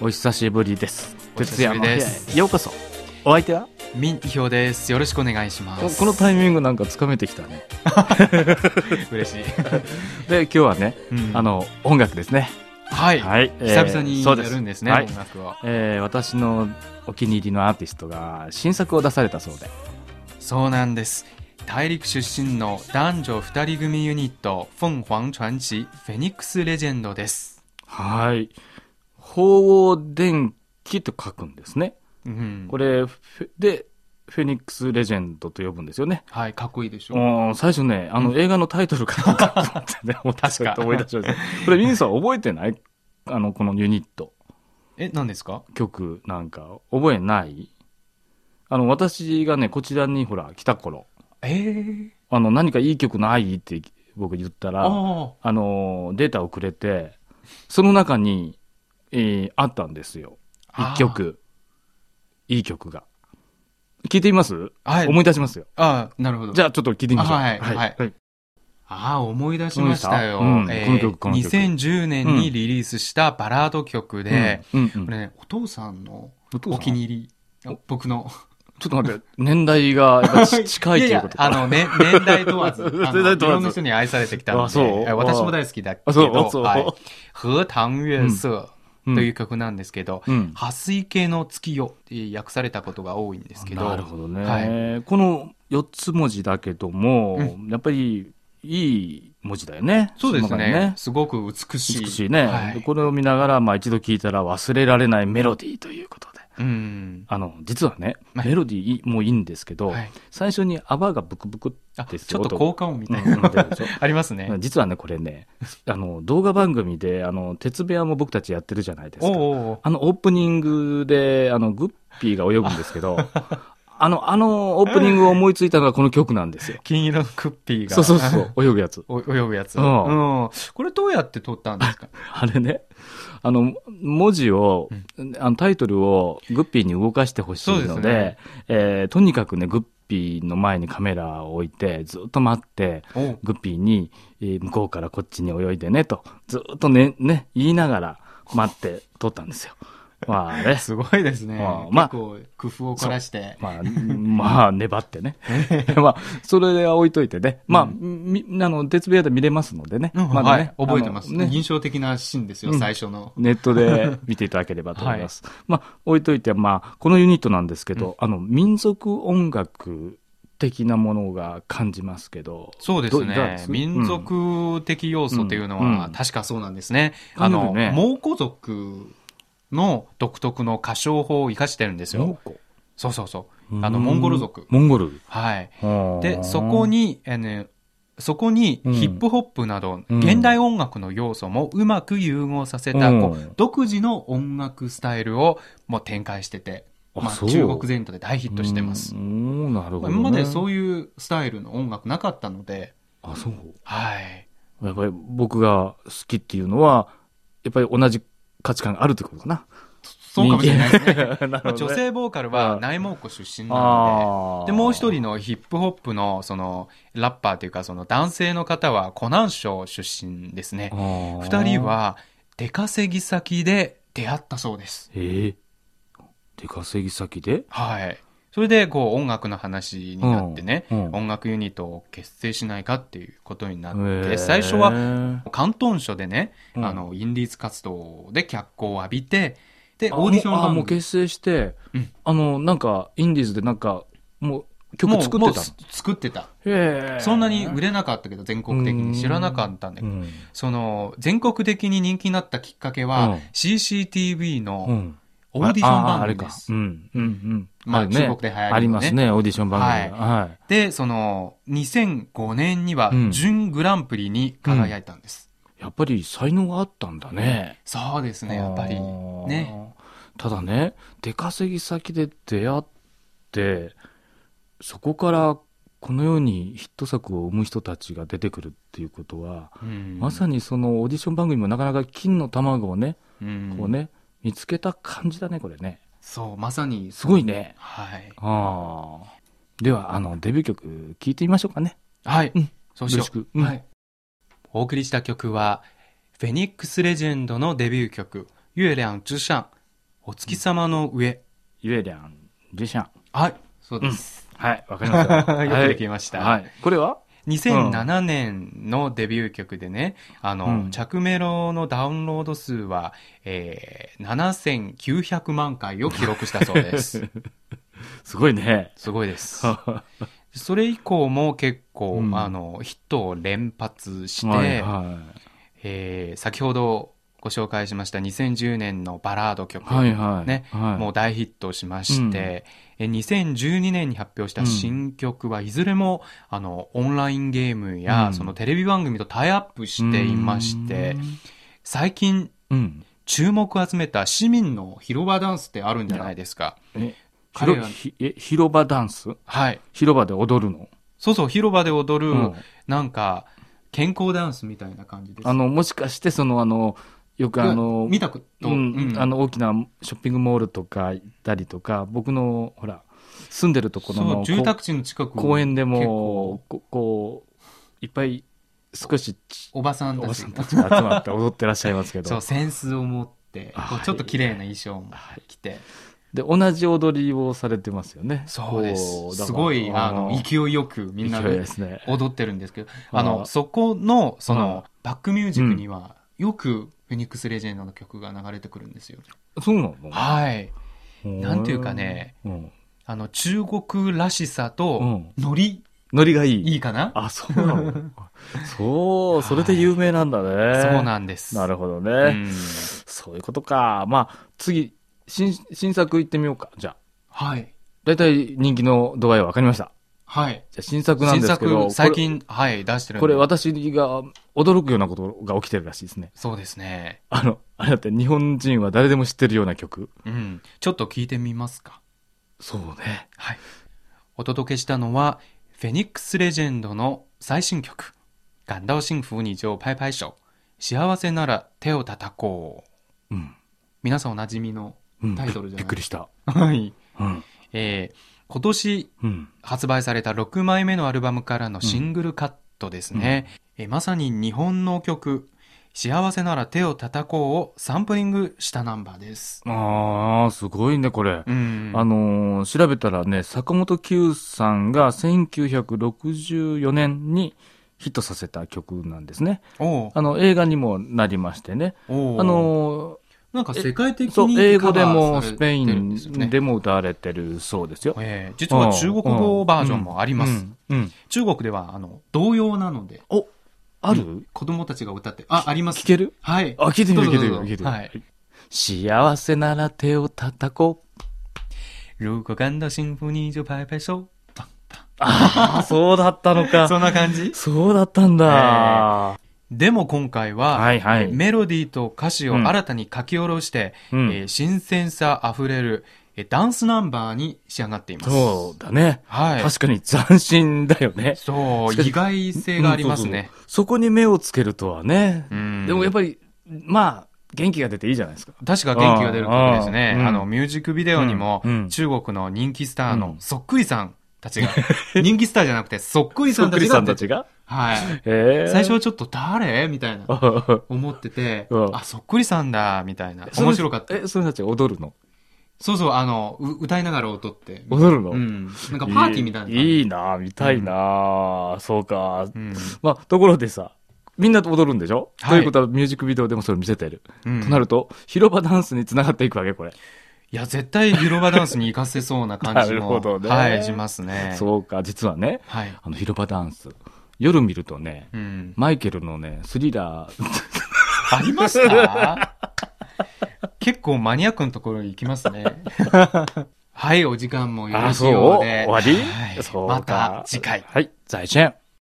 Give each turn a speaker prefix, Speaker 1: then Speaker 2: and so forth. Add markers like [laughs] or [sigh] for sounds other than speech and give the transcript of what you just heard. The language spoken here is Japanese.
Speaker 1: お久しぶりです。
Speaker 2: お久しぶりです
Speaker 1: 徹夜の部屋へようこそ。お相手は
Speaker 2: ミンヒョウです。よろしくお願いしま
Speaker 1: こ
Speaker 2: す。
Speaker 1: このタイミングなんかつかめてきたね。[laughs]
Speaker 2: 嬉しい。
Speaker 1: で、今日はね、
Speaker 2: うん
Speaker 1: あ、の、音楽ですね。
Speaker 2: はい。
Speaker 1: はい。
Speaker 2: 久々に
Speaker 1: えーそ
Speaker 2: や
Speaker 1: うです
Speaker 2: るんですね、
Speaker 1: はい
Speaker 2: 音楽を。
Speaker 1: えー私のお気に入りのアーティストが新作を出されたそうで。
Speaker 2: そうなんです。大陸出身の男女二人組ユニット、フォン・ホァン・チャンチ、フェニックス・レジェンドです。
Speaker 1: はい。鳳凰電気と書くんですね。
Speaker 2: うん。
Speaker 1: これ、フェで、フェニックスレジェンドと呼ぶんですよね。
Speaker 2: はい、かっこいいでしょ。
Speaker 1: うん最初ね、あの映画のタイトルかなんかと思ってね、思い出し
Speaker 2: 確か
Speaker 1: 思い出しました。 [laughs] これ、ミンさん覚えてないあの、このユニット、
Speaker 2: え、何ですか
Speaker 1: 曲なんか、覚えないあの、私がね、こちらにほら、来た頃、
Speaker 2: えー。
Speaker 1: あの、何かいい曲ないって僕言ったら、あ
Speaker 2: あ
Speaker 1: の、データをくれて、その中に、えーあったんですよ。
Speaker 2: あー
Speaker 1: 一曲。いい曲が。聞いてみます、
Speaker 2: あ。はい。
Speaker 1: 思い出しますよ。
Speaker 2: ああ、なるほど。
Speaker 1: じゃあ、ちょっと聞いてみましょう。
Speaker 2: あはいはいああ、思い出しましたよ。
Speaker 1: 思い出したうん
Speaker 2: えー
Speaker 1: この曲この曲
Speaker 2: 2010年にリリースしたバラード曲で、
Speaker 1: うんうん
Speaker 2: これね、お父さんの
Speaker 1: お父さん
Speaker 2: お気に入り、あ僕の。
Speaker 1: ちょっと待って、年代がやっぱち [laughs] 近いということか。
Speaker 2: ややあの、
Speaker 1: [laughs]
Speaker 2: ね、年代問わず、あの
Speaker 1: 年代問わず
Speaker 2: いろんな人に愛されてきたの
Speaker 1: あそう
Speaker 2: で、え私も大好きだけ
Speaker 1: あ、
Speaker 2: ど、
Speaker 1: そう、そう。
Speaker 2: はい、荷塘月色という曲なんですけど、
Speaker 1: うん
Speaker 2: 破水系の月夜って訳されたことが多いんですけど、
Speaker 1: なるほどね。
Speaker 2: は
Speaker 1: この4つ文字だけども、やっぱりいい文字だよね。
Speaker 2: そうです
Speaker 1: の中
Speaker 2: ね
Speaker 1: に
Speaker 2: すごく美しい。
Speaker 1: 美しいね、
Speaker 2: はい
Speaker 1: でこれを見ながら、まあ、一度聞いたら忘れられないメロディーということで。
Speaker 2: うん。
Speaker 1: あの、実はね、
Speaker 2: はい
Speaker 1: メロディーいいもいいんですけど、
Speaker 2: はい
Speaker 1: 最初に泡がブクブク
Speaker 2: あ、
Speaker 1: って
Speaker 2: ちょっと効果音みたいな
Speaker 1: うんう
Speaker 2: の
Speaker 1: [laughs] ん出るでしょ
Speaker 2: [laughs] ありますね。
Speaker 1: 実はね、これね、あの、動画番組で、あの、鉄部屋も僕たちやってるじゃないですか。
Speaker 2: おうおうおう
Speaker 1: あのオープニングで、あの、グッピーが泳ぐんですけど、 [laughs] あの、あのオープニングを思いついたのがこの曲なんですよ。
Speaker 2: 金色のクッピーが。
Speaker 1: そうそうそう、泳ぐやつ。
Speaker 2: お泳ぐやつ、
Speaker 1: う
Speaker 2: うんん。これどうやって撮ったんですか
Speaker 1: あれね、あの、文字を、あのタイトルをグッピーに動かしてほしい
Speaker 2: そ
Speaker 1: の
Speaker 2: う
Speaker 1: で、
Speaker 2: ですね
Speaker 1: えーとにかくね、グッピーの前にカメラを置いて、ずっと待って、
Speaker 2: おう
Speaker 1: グッピーに、えー向こうからこっちに泳いでねと、ずっとね、ね、言いながら待って撮ったんですよ。まあね、
Speaker 2: すごいですね。
Speaker 1: ああまあ
Speaker 2: 結構工夫を凝らして。
Speaker 1: まあ、 [laughs] まあ、粘って
Speaker 2: [laughs]
Speaker 1: ね。まあ、それは置いといてね。まあ、み、あの、鉄部屋で見れますのでね。
Speaker 2: うん
Speaker 1: まだ
Speaker 2: は
Speaker 1: ね
Speaker 2: い、覚えてます、
Speaker 1: あのね
Speaker 2: 印象的なシーンですよ、
Speaker 1: うん
Speaker 2: 最初の。
Speaker 1: ネットで見ていただければと思い
Speaker 2: [laughs]
Speaker 1: ます。まあ、置いといて、まあ、このユニットなんですけど、あの、民族音楽的なものが感じますけど。
Speaker 2: そうです
Speaker 1: どいかがで
Speaker 2: ね
Speaker 1: す。
Speaker 2: 民族的要素というの
Speaker 1: うんう
Speaker 2: は
Speaker 1: ん
Speaker 2: 確かそうなんですね。
Speaker 1: か
Speaker 2: あ
Speaker 1: なり
Speaker 2: の、
Speaker 1: ね
Speaker 2: 蒙古族の独特の歌唱法を活かしてるんです
Speaker 1: うん
Speaker 2: よ。そうそうそう。あの、モンゴル族。
Speaker 1: モンゴル。
Speaker 2: はい。
Speaker 1: はあ
Speaker 2: で、そこ、に、あのそこに
Speaker 1: うん
Speaker 2: ヒップホップなど、
Speaker 1: うん
Speaker 2: 現代音楽の要素もうまく融合させた、
Speaker 1: うん
Speaker 2: こう独自の音楽スタイルをもう展開してて、
Speaker 1: あ
Speaker 2: まあ、
Speaker 1: そう
Speaker 2: 中国全土で大ヒットしてます。
Speaker 1: うんおーなるほ
Speaker 2: ま
Speaker 1: ど、
Speaker 2: あ
Speaker 1: ね。。
Speaker 2: 今までそうういうスタイルの音楽なかったので、
Speaker 1: あ、そう。
Speaker 2: はい。
Speaker 1: やっぱり僕が好きっていうのは、やっぱり同じ価値観があるってことかな。
Speaker 2: [laughs] そうかもしれないです
Speaker 1: [laughs]
Speaker 2: ね。
Speaker 1: なるほどね
Speaker 2: まあ女性ボーカル
Speaker 1: う
Speaker 2: は
Speaker 1: ん
Speaker 2: 内蒙古出身なの
Speaker 1: あ
Speaker 2: で、
Speaker 1: ー
Speaker 2: で、もう一人のヒップホップの、その、ラッパーというか、その男性の方は湖南省出身ですね。二
Speaker 1: 二
Speaker 2: 人、は出稼ぎ先で出会ったそうです。
Speaker 1: ええ出稼ぎ先で
Speaker 2: はい。それで、こう、音楽の話になってね、
Speaker 1: うんうん
Speaker 2: 音楽ユニットを結成しないかっていうことになって、
Speaker 1: へえ
Speaker 2: 最初は、広東省でね、
Speaker 1: うん
Speaker 2: あの、インディーズ活動で脚光を浴びて、で、
Speaker 1: あ
Speaker 2: オーディション
Speaker 1: もうあ
Speaker 2: 番
Speaker 1: もう
Speaker 2: 組
Speaker 1: 結成して、
Speaker 2: うん
Speaker 1: あの、なんか、インディーズでなんか、もう曲作
Speaker 2: も
Speaker 1: っ
Speaker 2: う
Speaker 1: てた
Speaker 2: もう作ってた。
Speaker 1: のへえ
Speaker 2: そんなに売れなかったけど、全国的に知らなかったんだけ
Speaker 1: う
Speaker 2: ど、
Speaker 1: ん。
Speaker 2: その、全国的に人気になったきっかけは、
Speaker 1: うん
Speaker 2: CCTV
Speaker 1: う
Speaker 2: の
Speaker 1: ん。
Speaker 2: オーディション番
Speaker 1: あああれ
Speaker 2: 組で
Speaker 1: か
Speaker 2: す。。
Speaker 1: うん。うん。うん。
Speaker 2: まあ
Speaker 1: るね
Speaker 2: 中国で流行るよね
Speaker 1: ありますね、オーディション番組が。はい。
Speaker 2: で、その、2005年には
Speaker 1: うん、
Speaker 2: 準グランプリに輝いたんです。
Speaker 1: やっぱり才能があったんだね。
Speaker 2: そうですね、やっぱり。
Speaker 1: あー
Speaker 2: ね。。
Speaker 1: ただね、出稼ぎ先で出会って、そこからこのようにヒット作を生む人たちが出てくるっていうことは、まさにそのオーディション番組もなかなか金の卵をね、
Speaker 2: に、うん
Speaker 1: こうね、見つけた感じだね、これね。
Speaker 2: そう、まさに。
Speaker 1: すごいね。
Speaker 2: はい。
Speaker 1: ああ。では、あの、デビュー曲聴いてみましょうかね。
Speaker 2: はい。
Speaker 1: うん
Speaker 2: そうし
Speaker 1: よ
Speaker 2: よ
Speaker 1: ろしくう
Speaker 2: う。
Speaker 1: ん
Speaker 2: はい。お送りした曲は、フェニックスレジェンドのデビュー曲、月亮之上、お月様の上。
Speaker 1: ゆえりゃん、じしゃん。
Speaker 2: はい、そうです。
Speaker 1: はい、わかりま [laughs] した。
Speaker 2: [laughs] よくできました。
Speaker 1: はいはい。これは
Speaker 2: 2007年のデビュー曲でね、あの、
Speaker 1: うん
Speaker 2: 着メロのダウンロード数は、えー、7900万回を記録したそう
Speaker 1: [laughs]
Speaker 2: です。
Speaker 1: すごいね。
Speaker 2: すごいです。それ以降も結構、
Speaker 1: うん
Speaker 2: あの、ヒットを連発して、
Speaker 1: はいは
Speaker 2: えー先ほどご紹介しました2010年のバラード曲、
Speaker 1: い。はいはい。
Speaker 2: ね
Speaker 1: はい、
Speaker 2: もう大ヒットしまして、え2012年に発表した新曲はいずれも、あのオンラインゲームや、
Speaker 1: うん
Speaker 2: そのテレビ番組とタイアップしていまして、最近
Speaker 1: うん。
Speaker 2: 注目を集めた市民の広場ダンスってあるんじゃないですか。
Speaker 1: うん。え、
Speaker 2: 彼
Speaker 1: 広
Speaker 2: ら
Speaker 1: ひえ広場ダンス
Speaker 2: はい。
Speaker 1: 広場で踊るの、
Speaker 2: そうそう、広場で踊る、
Speaker 1: うん
Speaker 2: なんか、健康ダンスみたいな感じです。
Speaker 1: あの、もしかして、その、あの、よくあの、
Speaker 2: 見たこと、
Speaker 1: うん
Speaker 2: うん
Speaker 1: あの大きなショッピングモールとか行ったりとか僕のほら住んでるところ
Speaker 2: そ
Speaker 1: の
Speaker 2: う、住宅地の近く
Speaker 1: こ公園で
Speaker 2: 結
Speaker 1: も
Speaker 2: 構
Speaker 1: ここういっぱい少しち
Speaker 2: おばさん
Speaker 1: お
Speaker 2: た
Speaker 1: ば
Speaker 2: ち
Speaker 1: さん
Speaker 2: が
Speaker 1: たちが集まって踊ってらっしゃいますけ
Speaker 2: そう
Speaker 1: ど
Speaker 2: センスを持ってこ
Speaker 1: は
Speaker 2: う
Speaker 1: い
Speaker 2: ちょっと綺麗な衣装も着て、
Speaker 1: で同じ踊りをされてますよね
Speaker 2: そうで
Speaker 1: こう
Speaker 2: す
Speaker 1: だから
Speaker 2: すごいあの
Speaker 1: ー
Speaker 2: 勢いよくみんな
Speaker 1: 勢い
Speaker 2: で
Speaker 1: ですね
Speaker 2: 踊ってるんですけど
Speaker 1: あー
Speaker 2: あのそこのその
Speaker 1: う
Speaker 2: バックミュージックにはよくフェニックス・レジェンドの曲が流れてくるんですよ、
Speaker 1: そうなの
Speaker 2: はい
Speaker 1: うん
Speaker 2: なんていうかね
Speaker 1: うん
Speaker 2: あの中国らしさ
Speaker 1: う
Speaker 2: と
Speaker 1: ん
Speaker 2: ノリ
Speaker 1: ノリがいい
Speaker 2: いいかな、
Speaker 1: あそうなの
Speaker 2: [laughs]
Speaker 1: そうそれで有名なんだね、
Speaker 2: そうなんです
Speaker 1: なるほどね、
Speaker 2: うん
Speaker 1: そういうことか。まあ、次、新、新作行ってみようか。じゃあ。
Speaker 2: はい
Speaker 1: だいたい人気の度合いは分かりました。
Speaker 2: はい
Speaker 1: じゃあ新作なん
Speaker 2: 新
Speaker 1: ですけど。
Speaker 2: 作最近はい出してるん
Speaker 1: こ
Speaker 2: で
Speaker 1: れ。これ私が驚くようなことが起きてるらしいですね。
Speaker 2: そうですね
Speaker 1: あの、あれだって日本人は誰でも知ってるような曲。
Speaker 2: うん、ちょっと聞いてみますか。
Speaker 1: そうね。
Speaker 2: はい。お届けしたのは、フェニックスレジェンドの最新曲、感到幸福に上拍拍手、幸せなら手を叩こう。
Speaker 1: うん。
Speaker 2: 皆さんおなじみの
Speaker 1: うん、
Speaker 2: タイトルじゃな
Speaker 1: び
Speaker 2: い
Speaker 1: っくりした。
Speaker 2: はい。
Speaker 1: うん。
Speaker 2: えー今年
Speaker 1: うん。
Speaker 2: 発売された6枚目のアルバムからのシングルカットですね。えーまさに日本の曲、幸せなら手を叩こうをサンプリングしたナンバーです。
Speaker 1: ああ、すごいね、これ。
Speaker 2: うん。
Speaker 1: あのー調べたらね、坂本九さんが1964年にヒットさせた曲なんですね。
Speaker 2: おう
Speaker 1: あの、映画にもなりましてね。
Speaker 2: おう
Speaker 1: あの
Speaker 2: なんか世界的
Speaker 1: ー、そう、
Speaker 2: に
Speaker 1: 英
Speaker 2: カ
Speaker 1: 語で
Speaker 2: バー
Speaker 1: も
Speaker 2: され
Speaker 1: ス
Speaker 2: て
Speaker 1: ペイ
Speaker 2: るんですよね
Speaker 1: ンでも歌われてるそうですよ。
Speaker 2: えー実は中国語バージョンもあります。
Speaker 1: うん。うんうん
Speaker 2: 中国ではあの童謡なので
Speaker 1: お、ある、
Speaker 2: 子供たちが歌って、
Speaker 1: [laughs]
Speaker 2: あ、あります。
Speaker 1: 聞ける
Speaker 2: はい。
Speaker 1: あ、聞いてみる、
Speaker 2: ど
Speaker 1: 聞
Speaker 2: う
Speaker 1: い
Speaker 2: ぞ
Speaker 1: てみる、
Speaker 2: どうぞ
Speaker 1: 聞いてみる。
Speaker 2: はい。
Speaker 1: 幸せなら手を叩こう。
Speaker 2: 如果感到幸福に就拍拍手。
Speaker 1: ああ、そうだったのか。
Speaker 2: [laughs] そんな感じ
Speaker 1: そうだったんだ。
Speaker 2: でも今回は、
Speaker 1: はいはい
Speaker 2: メロディーと歌詞を新たに書き下ろして、
Speaker 1: うん
Speaker 2: えー新鮮さあふれる、えーダンスナンバーに仕上がっています。
Speaker 1: そうだね。
Speaker 2: はい。
Speaker 1: 確かに斬新だよね。
Speaker 2: そう、
Speaker 1: しかし
Speaker 2: 意外性があります
Speaker 1: うん
Speaker 2: ね
Speaker 1: そう。そうそうそこに目をつけるとはね。
Speaker 2: うん
Speaker 1: でもやっぱり、まあ、元気が出ていいじゃないですか。
Speaker 2: 確か元気が出る曲ですね。
Speaker 1: あー
Speaker 2: あ
Speaker 1: うん
Speaker 2: の、ミュージックビデオにも
Speaker 1: うんう、ん
Speaker 2: 中国の人気スター
Speaker 1: う
Speaker 2: の
Speaker 1: ん
Speaker 2: そっくりさん
Speaker 1: [laughs]
Speaker 2: たちが、人気スターじゃなくて、そっくりさんたち
Speaker 1: そ
Speaker 2: が
Speaker 1: っくりさんたちが
Speaker 2: はい。
Speaker 1: ええ
Speaker 2: 最
Speaker 1: [laughs]
Speaker 2: 初はちょっと誰みたいな、思ってて
Speaker 1: う、ん
Speaker 2: あ、そっくりさんだ、みたいな。面白かった。
Speaker 1: え、それたち踊るの
Speaker 2: そうそう、あの、う歌いながら踊って。
Speaker 1: 踊るの、
Speaker 2: うん。なんかパーティーみたいな感じ。
Speaker 1: いいいな見たいな、そうか。
Speaker 2: うん。
Speaker 1: まあ、ところでさ、みんなと踊るんでしょ、
Speaker 2: はい
Speaker 1: ということはミュージックビデオでもそれを見せてる。
Speaker 2: うん
Speaker 1: となると、広場ダンスにつながっていくわけ、これ。
Speaker 2: いや、絶対広場ダンスに行かせそうな感じ
Speaker 1: [laughs] なる
Speaker 2: も
Speaker 1: ほど、ね
Speaker 2: はい、しますね。
Speaker 1: そうか、実はね、
Speaker 2: はい。
Speaker 1: あの、広場ダンス、夜見るとね、
Speaker 2: うん。
Speaker 1: マイケルのね、スリラー、
Speaker 2: ありました結構マニアックのところに行きます
Speaker 1: [laughs]
Speaker 2: ね。はい、お時間もよろしいようで。
Speaker 1: 終わり、
Speaker 2: はい
Speaker 1: そうか。
Speaker 2: また次回。
Speaker 1: はい、再见。